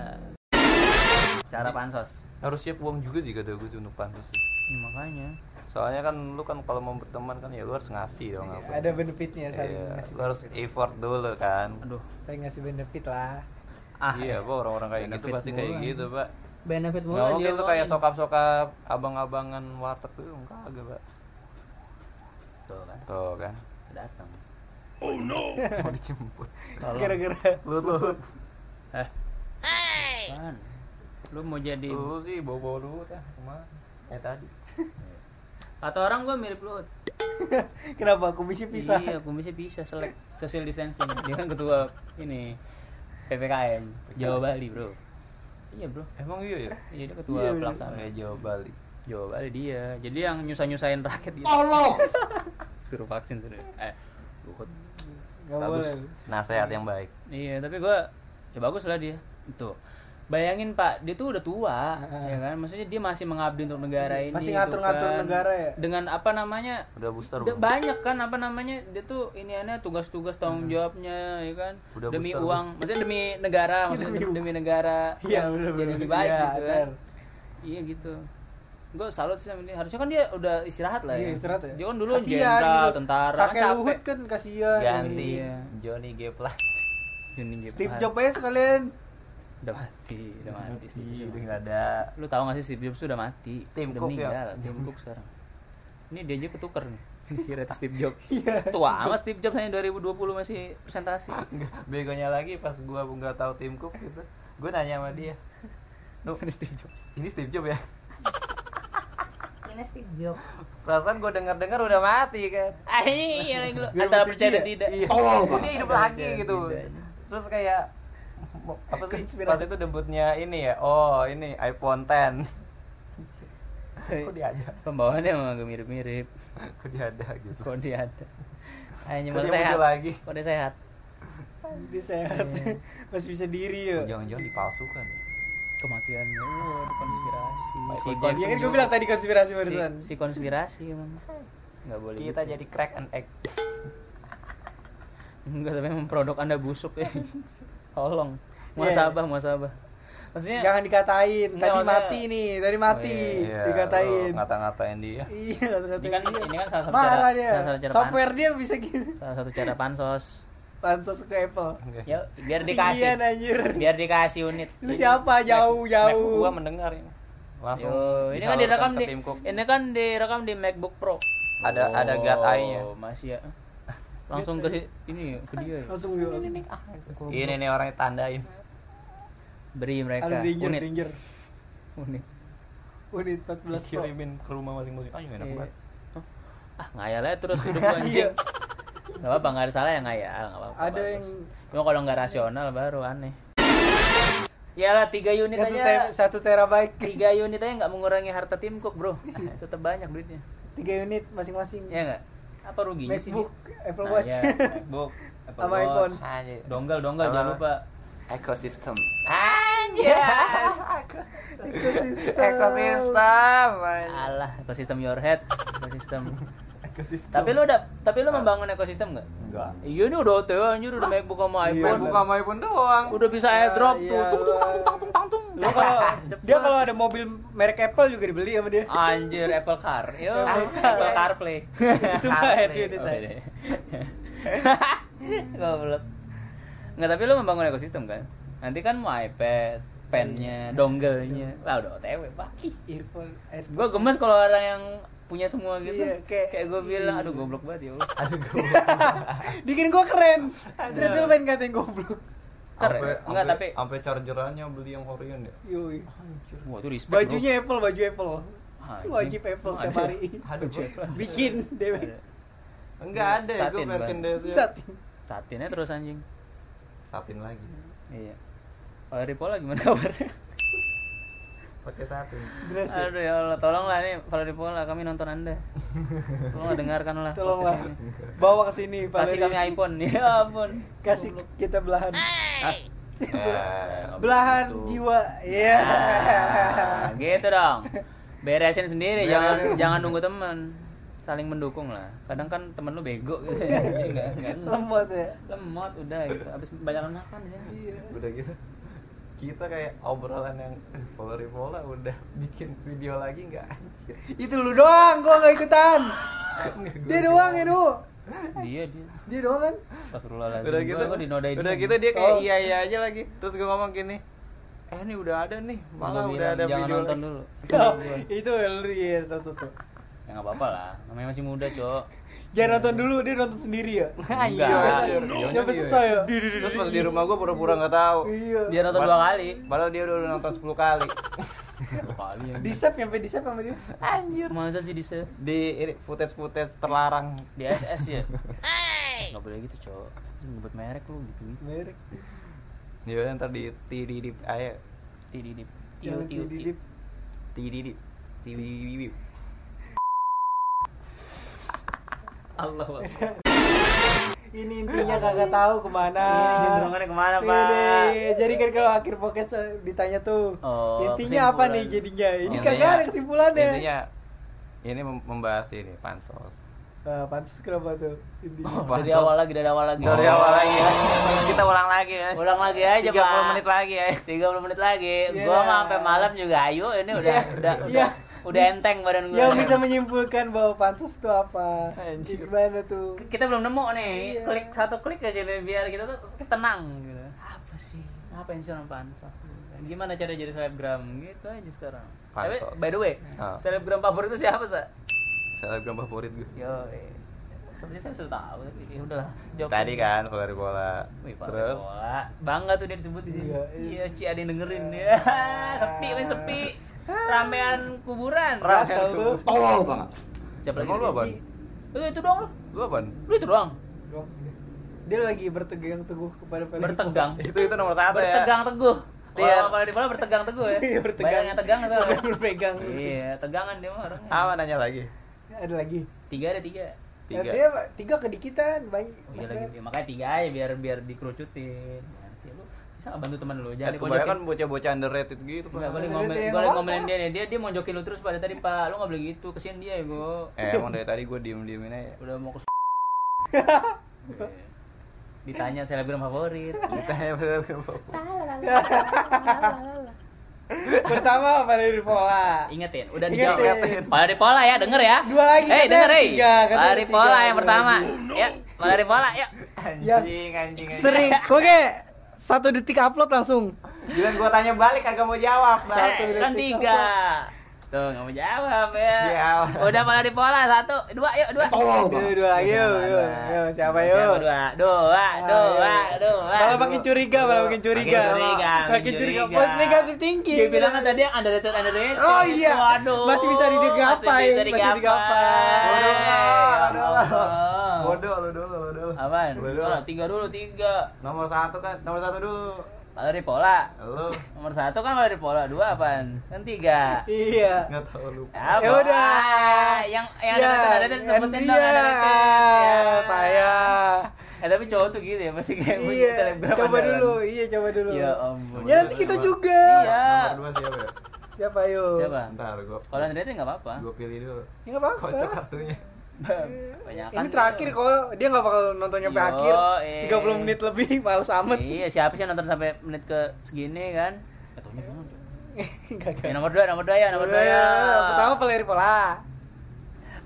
S2: Cara pansos.
S1: Harus siap uang juga sih kata gue sih untuk pansus.
S2: Ya, makanya.
S1: Soalnya kan lu kan kalau mau berteman kan ya lu harus ngasih dong apa.
S3: ada benefitnya saling
S1: Iya,
S3: ngasih
S1: lu harus effort dulu kan.
S2: Aduh.
S3: saya ngasih benefit lah
S2: Ah,
S1: iya, pak orang-orang kayak gitu
S2: Benefit
S1: pasti kayak
S2: mulu,
S1: gitu, pak.
S2: benefit
S1: Nggak
S2: mulu
S1: mungkin
S2: dia
S1: lu kayak
S2: omongin.
S1: sokap-sokap abang-abangan warteg tuh enggak agak, pak.
S2: Tuh kan,
S1: Tuh kan,
S2: datang.
S1: mau dijemput.
S3: gara-gara
S1: Lu lu
S2: Eh. Apaan? Lu mau jadi
S1: lu sih bobo lu tah cuma eh tadi.
S2: kata orang gua mirip lu.
S3: kenapa komisi pisah
S2: Iya, kumisnya bisa selek social distancing. Dia kan ketua ini PPKM Jawa Bali, Bro. Iya, Bro.
S1: Emang iya ya?
S2: Iya, dia ketua pelaksana
S1: Kayak Jawa Bali.
S2: Jawa Bali dia. Jadi yang nyusah-nyusahin rakyat dia
S4: Tolol.
S2: suruh vaksin suruh. Eh, Luhut.
S3: nggak
S2: Bagus.
S3: boleh
S1: Nasehat yang baik.
S2: Iya, tapi gua ya bagus lah dia. Itu. Bayangin Pak, dia tuh udah tua, ya kan? Maksudnya dia masih mengabdi untuk negara ini.
S3: Masih
S2: gitu
S3: ngatur-ngatur
S2: kan.
S3: negara ya?
S2: Dengan apa namanya?
S1: Udah booster
S2: Da-
S1: belum?
S2: banyak kan apa namanya dia tuh iniannya tugas-tugas tanggung jawabnya ya kan
S1: Udah
S2: demi
S1: besar, Bu.
S2: uang maksudnya demi negara maksudnya demi, negara
S3: Iya,
S2: yang
S3: bener,
S2: jadi
S3: bener.
S2: lebih baik
S3: Iya,
S2: gitu kan
S3: bener.
S2: iya gitu gue salut sih sama dia harusnya kan dia udah istirahat lah
S3: Iya,
S2: ya
S3: istirahat ya.
S2: dia kan dulu
S3: Kasian
S2: jenderal
S3: gitu.
S2: tentara kan
S3: Kakek
S2: capek
S3: Luhut kan kasihan.
S1: ganti
S2: Iya.
S1: Johnny G Plat
S2: Johnny Gibbs.
S3: Steve Jobs ya. aja sekalian.
S2: udah mati udah mati Steve
S1: Ih,
S2: Jobs.
S1: udah nggak ada
S2: lu tahu gak sih Steve Jobs tuh udah mati
S1: Tim
S2: udah
S1: Cook ya?
S2: meninggal Tim Cook sekarang ini dia aja ketuker nih si Red Steve Jobs
S3: Iya.
S2: tua amat Steve Jobs hanya 2020 masih presentasi
S1: begonya lagi pas gua nggak tahu tim Cook gitu gua nanya sama dia
S2: no ini Steve Jobs
S1: ini Steve Jobs ya
S2: ini Steve Jobs
S1: perasaan gua dengar dengar udah mati kan
S2: ah iya lagi lu
S3: Biar
S2: antara
S3: mati
S2: percaya dan
S3: dia.
S2: tidak
S1: Iya.
S4: Tolol
S1: Ini
S4: banget.
S1: hidup
S2: Ada
S1: lagi
S2: aja
S1: gitu.
S2: bedanya.
S1: Terus kayak mo- apa sih
S3: Konspirasi.
S1: pas itu debutnya ini ya? Oh, ini iPhone 10.
S2: Iya.
S1: Kok dia ada?
S2: pembawaannya emang agak mirip-mirip
S1: Kok dia ada gitu.
S2: kok dia ada ayo
S1: Kok
S2: nyemel
S1: dia
S2: sehat
S1: muncul lagi?
S2: kok dia sehat
S3: Dia
S2: Iya.
S3: sehat. Masih bisa diri ya.
S1: Jangan-jangan dipalsukan.
S2: kematiannya oh, konspirasi
S1: Si
S2: kon-
S1: Iya kan gua
S3: bilang tadi konspirasi
S2: si-
S3: barusan.
S2: si, konspirasi emang nggak boleh
S1: Kita
S2: gitu.
S1: jadi crack and egg.
S2: Enggak, tapi memang produk anda busuk ya. Tolong.
S3: Iya.
S2: Muasabah, muasabah. Maksudnya
S3: Jangan dikatain.
S2: Enggak,
S3: Tadi
S2: Iya. maksudnya-
S3: mati nih, tadi mati.
S1: Iya,
S3: Dikatain.
S1: lu Ngata-ngatain dia.
S3: Iya,
S2: ini kan ini kan salah satu cara,
S3: marah dia.
S2: salah satu cara pan-
S3: Software dia bisa gitu.
S2: salah satu cara pansos.
S3: Pansos ke Apple.
S1: Enggak.
S2: Ya, biar
S1: Iya,
S3: Tinggian,
S1: nah,
S2: dikasih.
S3: anjir.
S2: Biar dikasih unit.
S3: Lu siapa jauh jauh?
S1: Mac gua mendengar ini. Langsung
S2: Yo, ini
S1: disalurkan
S2: kan direkam
S1: ke
S2: di
S1: tim Cook.
S2: ini kan direkam di MacBook Pro.
S1: Ada- ada guard eye-nya.
S2: Masih ya. Langsung ke ini ke dia ya.
S3: langsung dia langsung.
S1: Ini nih orangnya tandain.
S3: Ada
S2: Beri mereka
S3: danger,
S2: unit.
S3: danger.
S2: Unit.
S3: Unit 14 Pro.
S1: Dikirimin ke rumah masing-masing. Ayo enak
S2: Iya.
S1: banget.
S2: Oh, Ah, ngayal aja terus hidup lu
S3: Iya.
S2: anjing. Gak apa-apa, gak ada salah yang ngayal, gak apa-apa.
S3: Ada
S2: bagus.
S3: yang-
S2: Cuma kalau nggak rasional baru aneh. Iyalah, tiga unit
S3: Satu,
S2: aja.
S3: ter- satu terabyte.
S2: Tiga unit aja nggak mengurangi harta tim Cook, bro. Tetap banyak duitnya.
S3: Tiga unit masing-masing.
S2: Iya nggak? Apa ruginya sih?
S3: MacBook, Apple
S2: Nah,
S3: Watch.
S2: iya, MacBook, Apple
S3: Sama
S2: Watch.
S3: iPhone.
S1: Anjir.
S2: Donggal, donggal,
S1: Apa?
S2: jangan lupa.
S1: Ekosistem.
S2: Anjas. Eh,
S1: Ekosistem. anjir.
S2: Alah, ekosistem your head. Ekosistem.
S1: Ekosistem.
S2: tapi lu udah, tapi lu
S3: Ah.
S2: membangun ekosistem nggak?
S1: enggak.
S2: Iya ini udah OTW anjir udah MacBook sama
S3: Iya,
S2: iPhone.
S1: buka sama iPhone doang.
S2: udah bisa airdrop
S3: Ya,
S2: tuh.
S3: iyalah.
S2: Tung tung tang tung tang tung tang tung.
S3: Lu kalau dia kalau ada mobil merek Apple juga dibeli sama
S2: Ah.
S3: dia.
S2: Anjir Apple Car. Yo,
S3: Apple
S2: Apple CarPlay.
S3: Itu mah
S2: CarPlay. Oh,
S3: itu itu,
S2: Oke
S3: itu.
S2: deh. Goblok. Nggak, tapi lu membangun ekosistem kan? Nanti kan mau iPad, pennya,
S3: Iya.
S2: dongle-nya. Lah udah OTW, Pak. Ih,
S3: Earphone, Airpod.
S2: Gua gemes kalau orang yang punya semua gitu.
S3: Iya, kayak- iya.
S2: kayak gue bilang, aduh goblok banget ya Allah.
S1: Aduh, gue.
S3: Bikin gua keren.
S2: Nah.
S3: Ternyata lu main katain goblok.
S2: Ter, enggak tapi
S1: sampai chargerannya beli yang Orion ya.
S3: Yoi.
S2: Wah, itu respect. bro.
S3: Bajunya Apple, baju Apple.
S2: Anjing.
S3: Wajib Apple setiap hari.
S1: Aduh, gue.
S3: Bikin deh.
S1: Enggak ada ya gue
S2: Satin, Bang.
S1: merchandise-nya.
S3: Satin.
S2: Satinnya terus anjing.
S1: Satin lagi.
S2: Iya. Kalau Ripola gimana kabarnya?
S1: Pakai satin.
S3: Dress. ya?
S2: Aduh ya Allah, tolonglah nih Kalau Ripola kami nonton Anda. Tolonglah dengarkanlah.
S3: Tolonglah
S2: podcast ini.
S3: bawa ke sini
S2: Kasih
S3: Valeri.
S2: kami iPhone. Ya ampun.
S3: Kasih
S2: Goblok.
S3: kita belahan.
S1: Eh,
S3: Belahan
S1: gitu.
S3: jiwa. Iya.
S2: Ah, gitu dong. Beresin sendiri, jangan
S1: Beresin.
S2: jangan nunggu teman. Saling mendukung lah. Kadang kan temen lu bego gitu. Jadi nggak- nggak enak.
S3: Lemot ya.
S2: Lemot udah gitu. Habis banyak makan di sini.
S3: Iya.
S1: Udah gitu. Kita kayak obrolan yang Polri Pola udah bikin video lagi enggak? Anjir.
S3: Itu lu doang, gua nggak ikutan.
S1: Enggak, gue
S3: Dia doang ya, Nu.
S2: Dia dia.
S3: Dia doang kan?
S2: Astagfirullahaladzim.
S1: udah gitu
S2: Gua- gua dinodai
S1: udah
S2: dia.
S1: gitu dia kayak
S3: Oh.
S1: iya iya aja lagi terus gue ngomong gini eh ini udah ada nih
S2: Terus gua
S1: malah udah
S2: bilang,
S1: ada
S2: jangan
S1: video
S2: nonton
S1: lagi."
S2: dulu.
S3: Oh, itu lu ya, tuh, tuh, tuh.
S2: Ya nggak apa-apa lah. Namanya masih muda, Cok.
S3: Jangan nonton dulu, dia nonton sendiri ya.
S2: Kan
S1: Iya, iya, iya.
S3: Coba susah ya.
S1: terus pas di rumah gue pura-pura nggak tahu
S3: Iya.
S2: Dia nonton dua kali.
S1: padahal dia udah nonton 10 kali
S2: Dua kali
S3: Di save nyampe di save sama dia.
S2: Anjir. Masa sih di save?
S1: di ini, footage-footage terlarang
S2: Di SS ya. Enggak boleh gitu, Cok. Lu Nyebut merek lu gitu.
S3: Merek.
S1: dia ntar di tididip ayo
S2: Tididip. Tiu
S3: Jangan
S2: tiu tiu.
S3: dididip.
S1: tididip tididip
S2: Allah.
S3: Ini intinya kagak tahu kemana.
S2: Jenderongannya kemana, Pak?
S3: Ini, jadi kan kalau akhir pocket se- ditanya tuh
S2: Oh,
S3: intinya apa
S2: kesimpulan.
S3: nih jadinya? Ini
S1: Intinya-
S3: kagak ada kesimpulannya.
S1: intinya ini mem- membahas ini pansos
S3: Nah, pansus kenapa tuh intinya?
S2: Dari awal lagi, dari awal lagi.
S1: dari awal lagi ya. kita ulang lagi ya
S2: Ulang lagi
S1: 30
S2: aja, Pak.
S1: menit lagi ya
S2: 30 menit lagi.
S3: Iya.
S2: Gua mah sampai malam juga ayo ini udah udah udah.
S3: Iya.
S2: udah enteng badan gue
S3: yang
S1: Iya,
S3: bisa menyimpulkan bahwa pansus itu apa
S1: Anjir.
S3: gimana tuh
S2: kita belum nemu
S3: Iya.
S2: nih klik satu klik aja deh, biar kita tuh tenang gitu apa sih ngapain sih orang pansos gimana cara jadi selebgram gitu aja sekarang tapi
S1: Pansos.
S2: by the way
S1: Ah.
S2: selebgram favorit itu siapa sa
S1: Selebgram favorit gue.
S2: yo sebenarnya saya sudah tahu tapi ya udahlah jawab
S1: Tadi kan pelari bola.
S2: Wih, Pak
S1: Terus
S2: Bola. bangga tuh dia disebut di sini.
S3: Iya,
S2: Iya,
S3: iya.
S2: Ci ada yang dengerin. Ya, sepi, wih, sepi. Ramean kuburan. Iya,
S1: Ra-
S3: Gatel tuh
S4: tolol banget
S2: Siapa lagi?
S1: Emang lu apaan?
S2: Lu itu doang lu.
S1: Lu apaan?
S2: Lu itu doang.
S3: Doang. dia lagi bertegang teguh kepada Felipe.
S2: Bertegang.
S1: Itu itu nomor satu ya.
S2: Bertegang teguh.
S1: Iya.
S2: Kalau kepala di bola bertegang teguh ya.
S3: Iya, bertegang.
S2: Bayangnya tegang soalnya.
S3: Berpegang.
S2: Iya, tegangan dia mah orangnya.
S1: Apa nanya lagi?
S3: ada lagi
S2: Tiga ada tiga.
S1: Tiga.
S3: Eh, dia tiga kedikitan banyak
S2: Tiga
S3: Maksudnya,
S2: lagi. Ya, makanya tiga aja biar biar dikerucutin. Ya, sih lu bisa nggak bantu teman lu
S1: Eh,
S2: jangan dipojokin.
S1: kebanyakan bocah-bocah underrated gitu
S2: Enggak,
S1: Pak.
S2: gue
S3: Ada
S2: lagi ngomel,
S3: yang
S2: gue lagi
S3: ngomong.
S2: ngomelin dia nih. Dia dia monjokin lu terus pada tadi, Pak. Lu enggak boleh gitu. Kesian dia ya, gue.
S1: Eh, emang dari tadi gue diem-diemin aja.
S2: Udah mau ke s- Iya. Ditanya selebgram favorit. Iya.
S1: Ditanya selebgram favorit.
S3: pertama Felipe Pola
S2: Ingetin, udah
S3: Ingetin.
S2: dijawab. Pada di pola ya, denger ya.
S3: Dua lagi,
S2: Hei,
S3: katanya
S2: denger, hei.
S3: tiga, katanya
S2: Pada di
S3: tiga, Oh,
S2: pola yang
S3: dua
S2: pertama.
S3: lagi.
S2: Ya, pada di pola, yuk.
S1: Anjing, anjing.
S3: sering kok kayak satu detik upload langsung
S1: Gila gue tanya balik kagak mau jawab.
S3: Satu
S2: Satu,
S3: udah
S2: kan
S3: tiga.
S2: tiga. Tuh, nggak mau jawab ya.
S1: Siap.
S2: Udah pada di pola satu, dua, yuk, dua.
S4: tolol
S3: Yuk,
S4: banget
S3: dua lagi yuk, yuk.
S2: Sama, dua.
S3: Yuk, siapa yuk? Ah,
S2: Siapa dua? Dua, dua, dua.
S3: Malah makin curiga, malah makin curiga.
S2: Makin curiga,
S3: Makin curiga. Poin negatif tinggi.
S2: Dia bilang kan tadi yang underrated, underrated.
S3: Oh iya.
S2: Waduh.
S3: Masih bisa digapai,
S2: Masih bisa
S3: masih
S2: digapai.
S3: digapai.
S1: Bodoh lo, Bodoh lo dulu, lo dulu.
S2: Apaan?
S1: Bodoh.
S2: Bodoh, Tiga dulu, tiga.
S1: Nomor satu kan, nomor satu dulu.
S2: Kalau dari pola.
S1: Lo
S2: Nomor satu kan kalau dari pola. Dua apaan? Kan tiga.
S3: Iya.
S1: nggak tahu lupa.
S2: Apa?
S3: Ya udah.
S2: Yang yang
S3: Ya,
S2: underrated, underrated, sebutin dong
S3: Andrea.
S2: underrated. Ya.
S3: Payah.
S2: Eh tapi cowok tuh gitu ya, masih kayak
S3: Iya.
S2: selebgram
S3: Coba
S2: andalan.
S3: dulu, iya coba dulu.
S2: Ya ampun.
S3: Ya nanti kita
S1: Coba.
S3: juga.
S2: Iya.
S1: Nomor dua siapa ya?
S3: Siapa yuk?
S2: Siapa?
S1: Ntar gue.
S2: Kalau underrated nggak apa-apa.
S1: Gue pilih dulu.
S3: Ya nggak apa-apa.
S1: Kocok kartunya.
S2: Banyak kan gitu.
S3: Ini terakhir kok dia nggak bakal nonton sampai
S2: Yo,
S3: akhir.
S2: eh.
S3: 30 menit lebih males amat.
S2: Iya, siapa sih yang nonton sampai menit ke segini kan? Katanya banget.
S3: Gagal.
S2: Ya, nomor 2, nomor 2 ya, nomor 2 ya.
S3: Iya, Pertama Valeri Pola.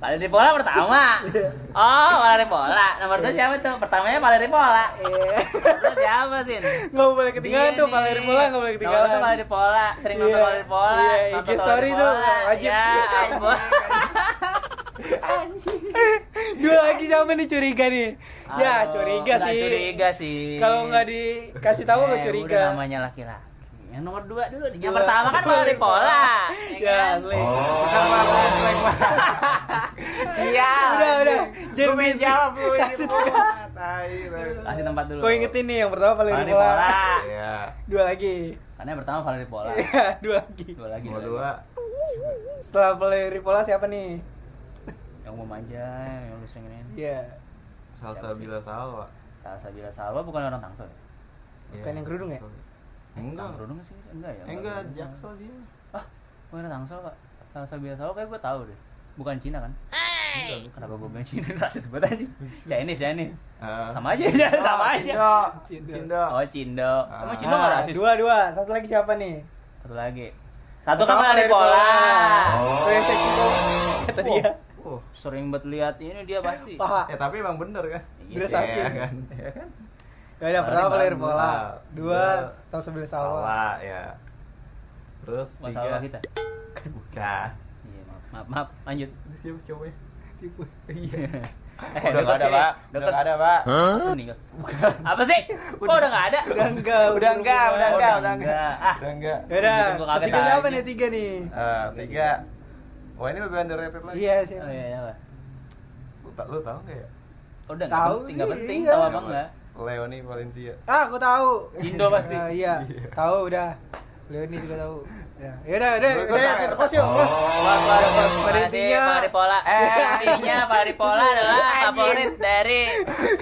S2: Valeri Pola pertama.
S3: Iya.
S2: Oh, Valeri Pola. Nomor 2 siapa tuh? Pertamanya Valeri Pola. Nomor 2 siapa sih?
S3: Nggak boleh Iya. ketinggalan
S2: Dia
S3: tuh
S2: Iya nih.
S3: Valeri Pola nggak boleh ketinggalan.
S2: Nomor 2 Valeri Pola, sering
S3: Iya.
S2: nonton Valeri Pola.
S3: Iya,
S2: nonton
S3: IG
S2: Valeri
S3: story
S2: Pola.
S3: tuh, wajib. Iya.
S2: Ya, ampun.
S3: Dua lagi siapa nih curiga nih? Ya
S2: Aduh,
S3: curiga
S2: nggak
S3: sih.
S2: Curiga sih.
S3: Kalau nggak dikasih tahu nggak
S2: Eh,
S3: curiga.
S2: udah namanya laki-laki. Yang nomor 2 dulu. Yang
S3: Dua.
S2: pertama kan Valeri Pola.
S3: Ya
S2: kan?
S3: asli.
S1: Oh.
S3: Kita malah jelek banget.
S1: Sial.
S3: Udah, udah.
S1: Gue
S3: Jadi-
S1: main jawab lu ini.
S3: Kasih
S1: Ah, tai, tai.
S2: Kasih tempat dulu.
S3: Gue ingetin nih yang pertama Valeri
S2: Valeri
S3: Pola.
S2: Pola.
S1: Iya.
S3: Dua lagi.
S2: Karena yang pertama Valeri Pola.
S3: Iya, dua lagi.
S2: Dua lagi.
S1: Nomor
S2: lagi.
S1: dua.
S3: Setelah Valeri Pola siapa nih?
S2: Yang umum aja, yang lu sering ini.
S3: Iya.
S1: Salsa bila salwa. Iya,
S2: Salah Sabila Salwa bukan orang Tangsel. ya?
S3: Bukan yang kerudung ya?
S1: Enggak.
S2: Tanggerudung sih? Enggak ya?
S1: Eh, Enggak,
S2: Tanggerudung.
S1: Jaksel dia.
S2: Ah, bukan orang Tangsel, Pak. Salah Sabila Salwa kayak gue tahu deh. Bukan Cina kan? Kenapa gue bilang Cina? Rasis banget Ya aja. Chinese, Chinese.
S1: Eh.
S2: Sama aja, sama
S1: Ah,
S2: aja.
S3: Oh,
S1: Cindo.
S3: Cindo.
S1: Cindo.
S2: Oh, Cindo. Emang Cindo nggak
S3: Ah,
S2: rasis?
S3: dua dua. Satu lagi siapa nih?
S2: Satu lagi. Satu kan
S3: Pertama
S2: Valeri
S3: Valeri Pola.
S2: Pola.
S1: Oh.
S3: Tuh yang seksi tuh. Kata dia.
S1: Oh.
S2: Sering banget lihat ini dia pasti.
S3: Paha.
S1: Ya tapi emang bener kan?
S2: Iya
S3: Dress up.
S1: Iya kan? Iya kan? Iya.
S3: Ya udah pertama Valeri
S2: bagus.
S3: Pola. Dua
S1: Dua.
S3: sama sebelah Salwa.
S1: Salah ya. Terus tiga.
S2: Masalah kita.
S1: Bukan.
S2: Iya, maaf, maaf, maaf. lanjut.
S1: Ini Siapa cowoknya?
S3: Tipu.
S1: Iya.
S2: Eh,
S1: Udah nggak ada, Pak. Udah nggak ada, Pak.
S2: Udah Meninggal. Apa sih? Udah, udah nggak ada.
S3: Udah enggak,
S1: Udah enggak, udah enggak,
S2: udah
S1: udah enggak.
S2: enggak. Ah.
S1: Udah enggak.
S3: Ya udah,
S2: Bikin gua kaget
S3: ketiga siapa
S2: aja.
S3: nih tiga nih?
S1: Eh, tiga. Wah, ini lebih underrated lagi.
S3: Iya
S2: Oh,
S3: siapa?
S2: iya, iya, Pak.
S1: Lu, ta- lu tahu enggak ya?
S2: Udah nggak
S3: Tahu
S2: penting, nggak
S3: nih,
S2: penting.
S3: iya.
S2: Tahu apa enggak?
S1: Leoni Valencia.
S3: Ah, aku tahu.
S2: Cindo pasti.
S3: Ah, iya,
S1: Iya.
S3: tahu udah. Beliau ini juga tahu. Ya, ya udah, udah,
S1: Gua- gua
S3: udah,
S1: tahu.
S3: kita close yuk, close.
S2: Wah, wah, wah,
S3: Pada
S2: terima kasih,
S3: intinya-
S2: Pak Ripola. Eh, intinya Pak Ripola adalah favorit dari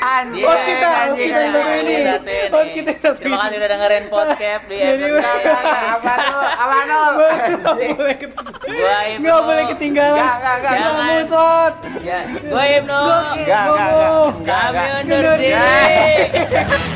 S2: anjing.
S3: Host kita, host
S2: anjing,
S3: kita yang
S2: anjing,
S3: satu ini.
S2: satu ini.
S3: Host kita yang satu
S2: Terima
S3: ini.
S2: kasih udah dengerin podcast di
S3: Jadi
S2: episode
S3: udah.
S2: kali ini.
S3: Nggak boleh ketinggalan.
S2: Gua Ibnu.
S3: Nggak boleh ketinggalan.
S1: Nggak, nggak, nggak.
S3: Kita
S2: Jangan.
S3: musot.
S2: Ya, gue Ibnu.
S3: Gokil,
S1: Nggak, nggak,
S3: Momo.
S1: nggak.
S2: Kami
S1: Nggak,
S2: undur
S3: nggak.
S2: diri.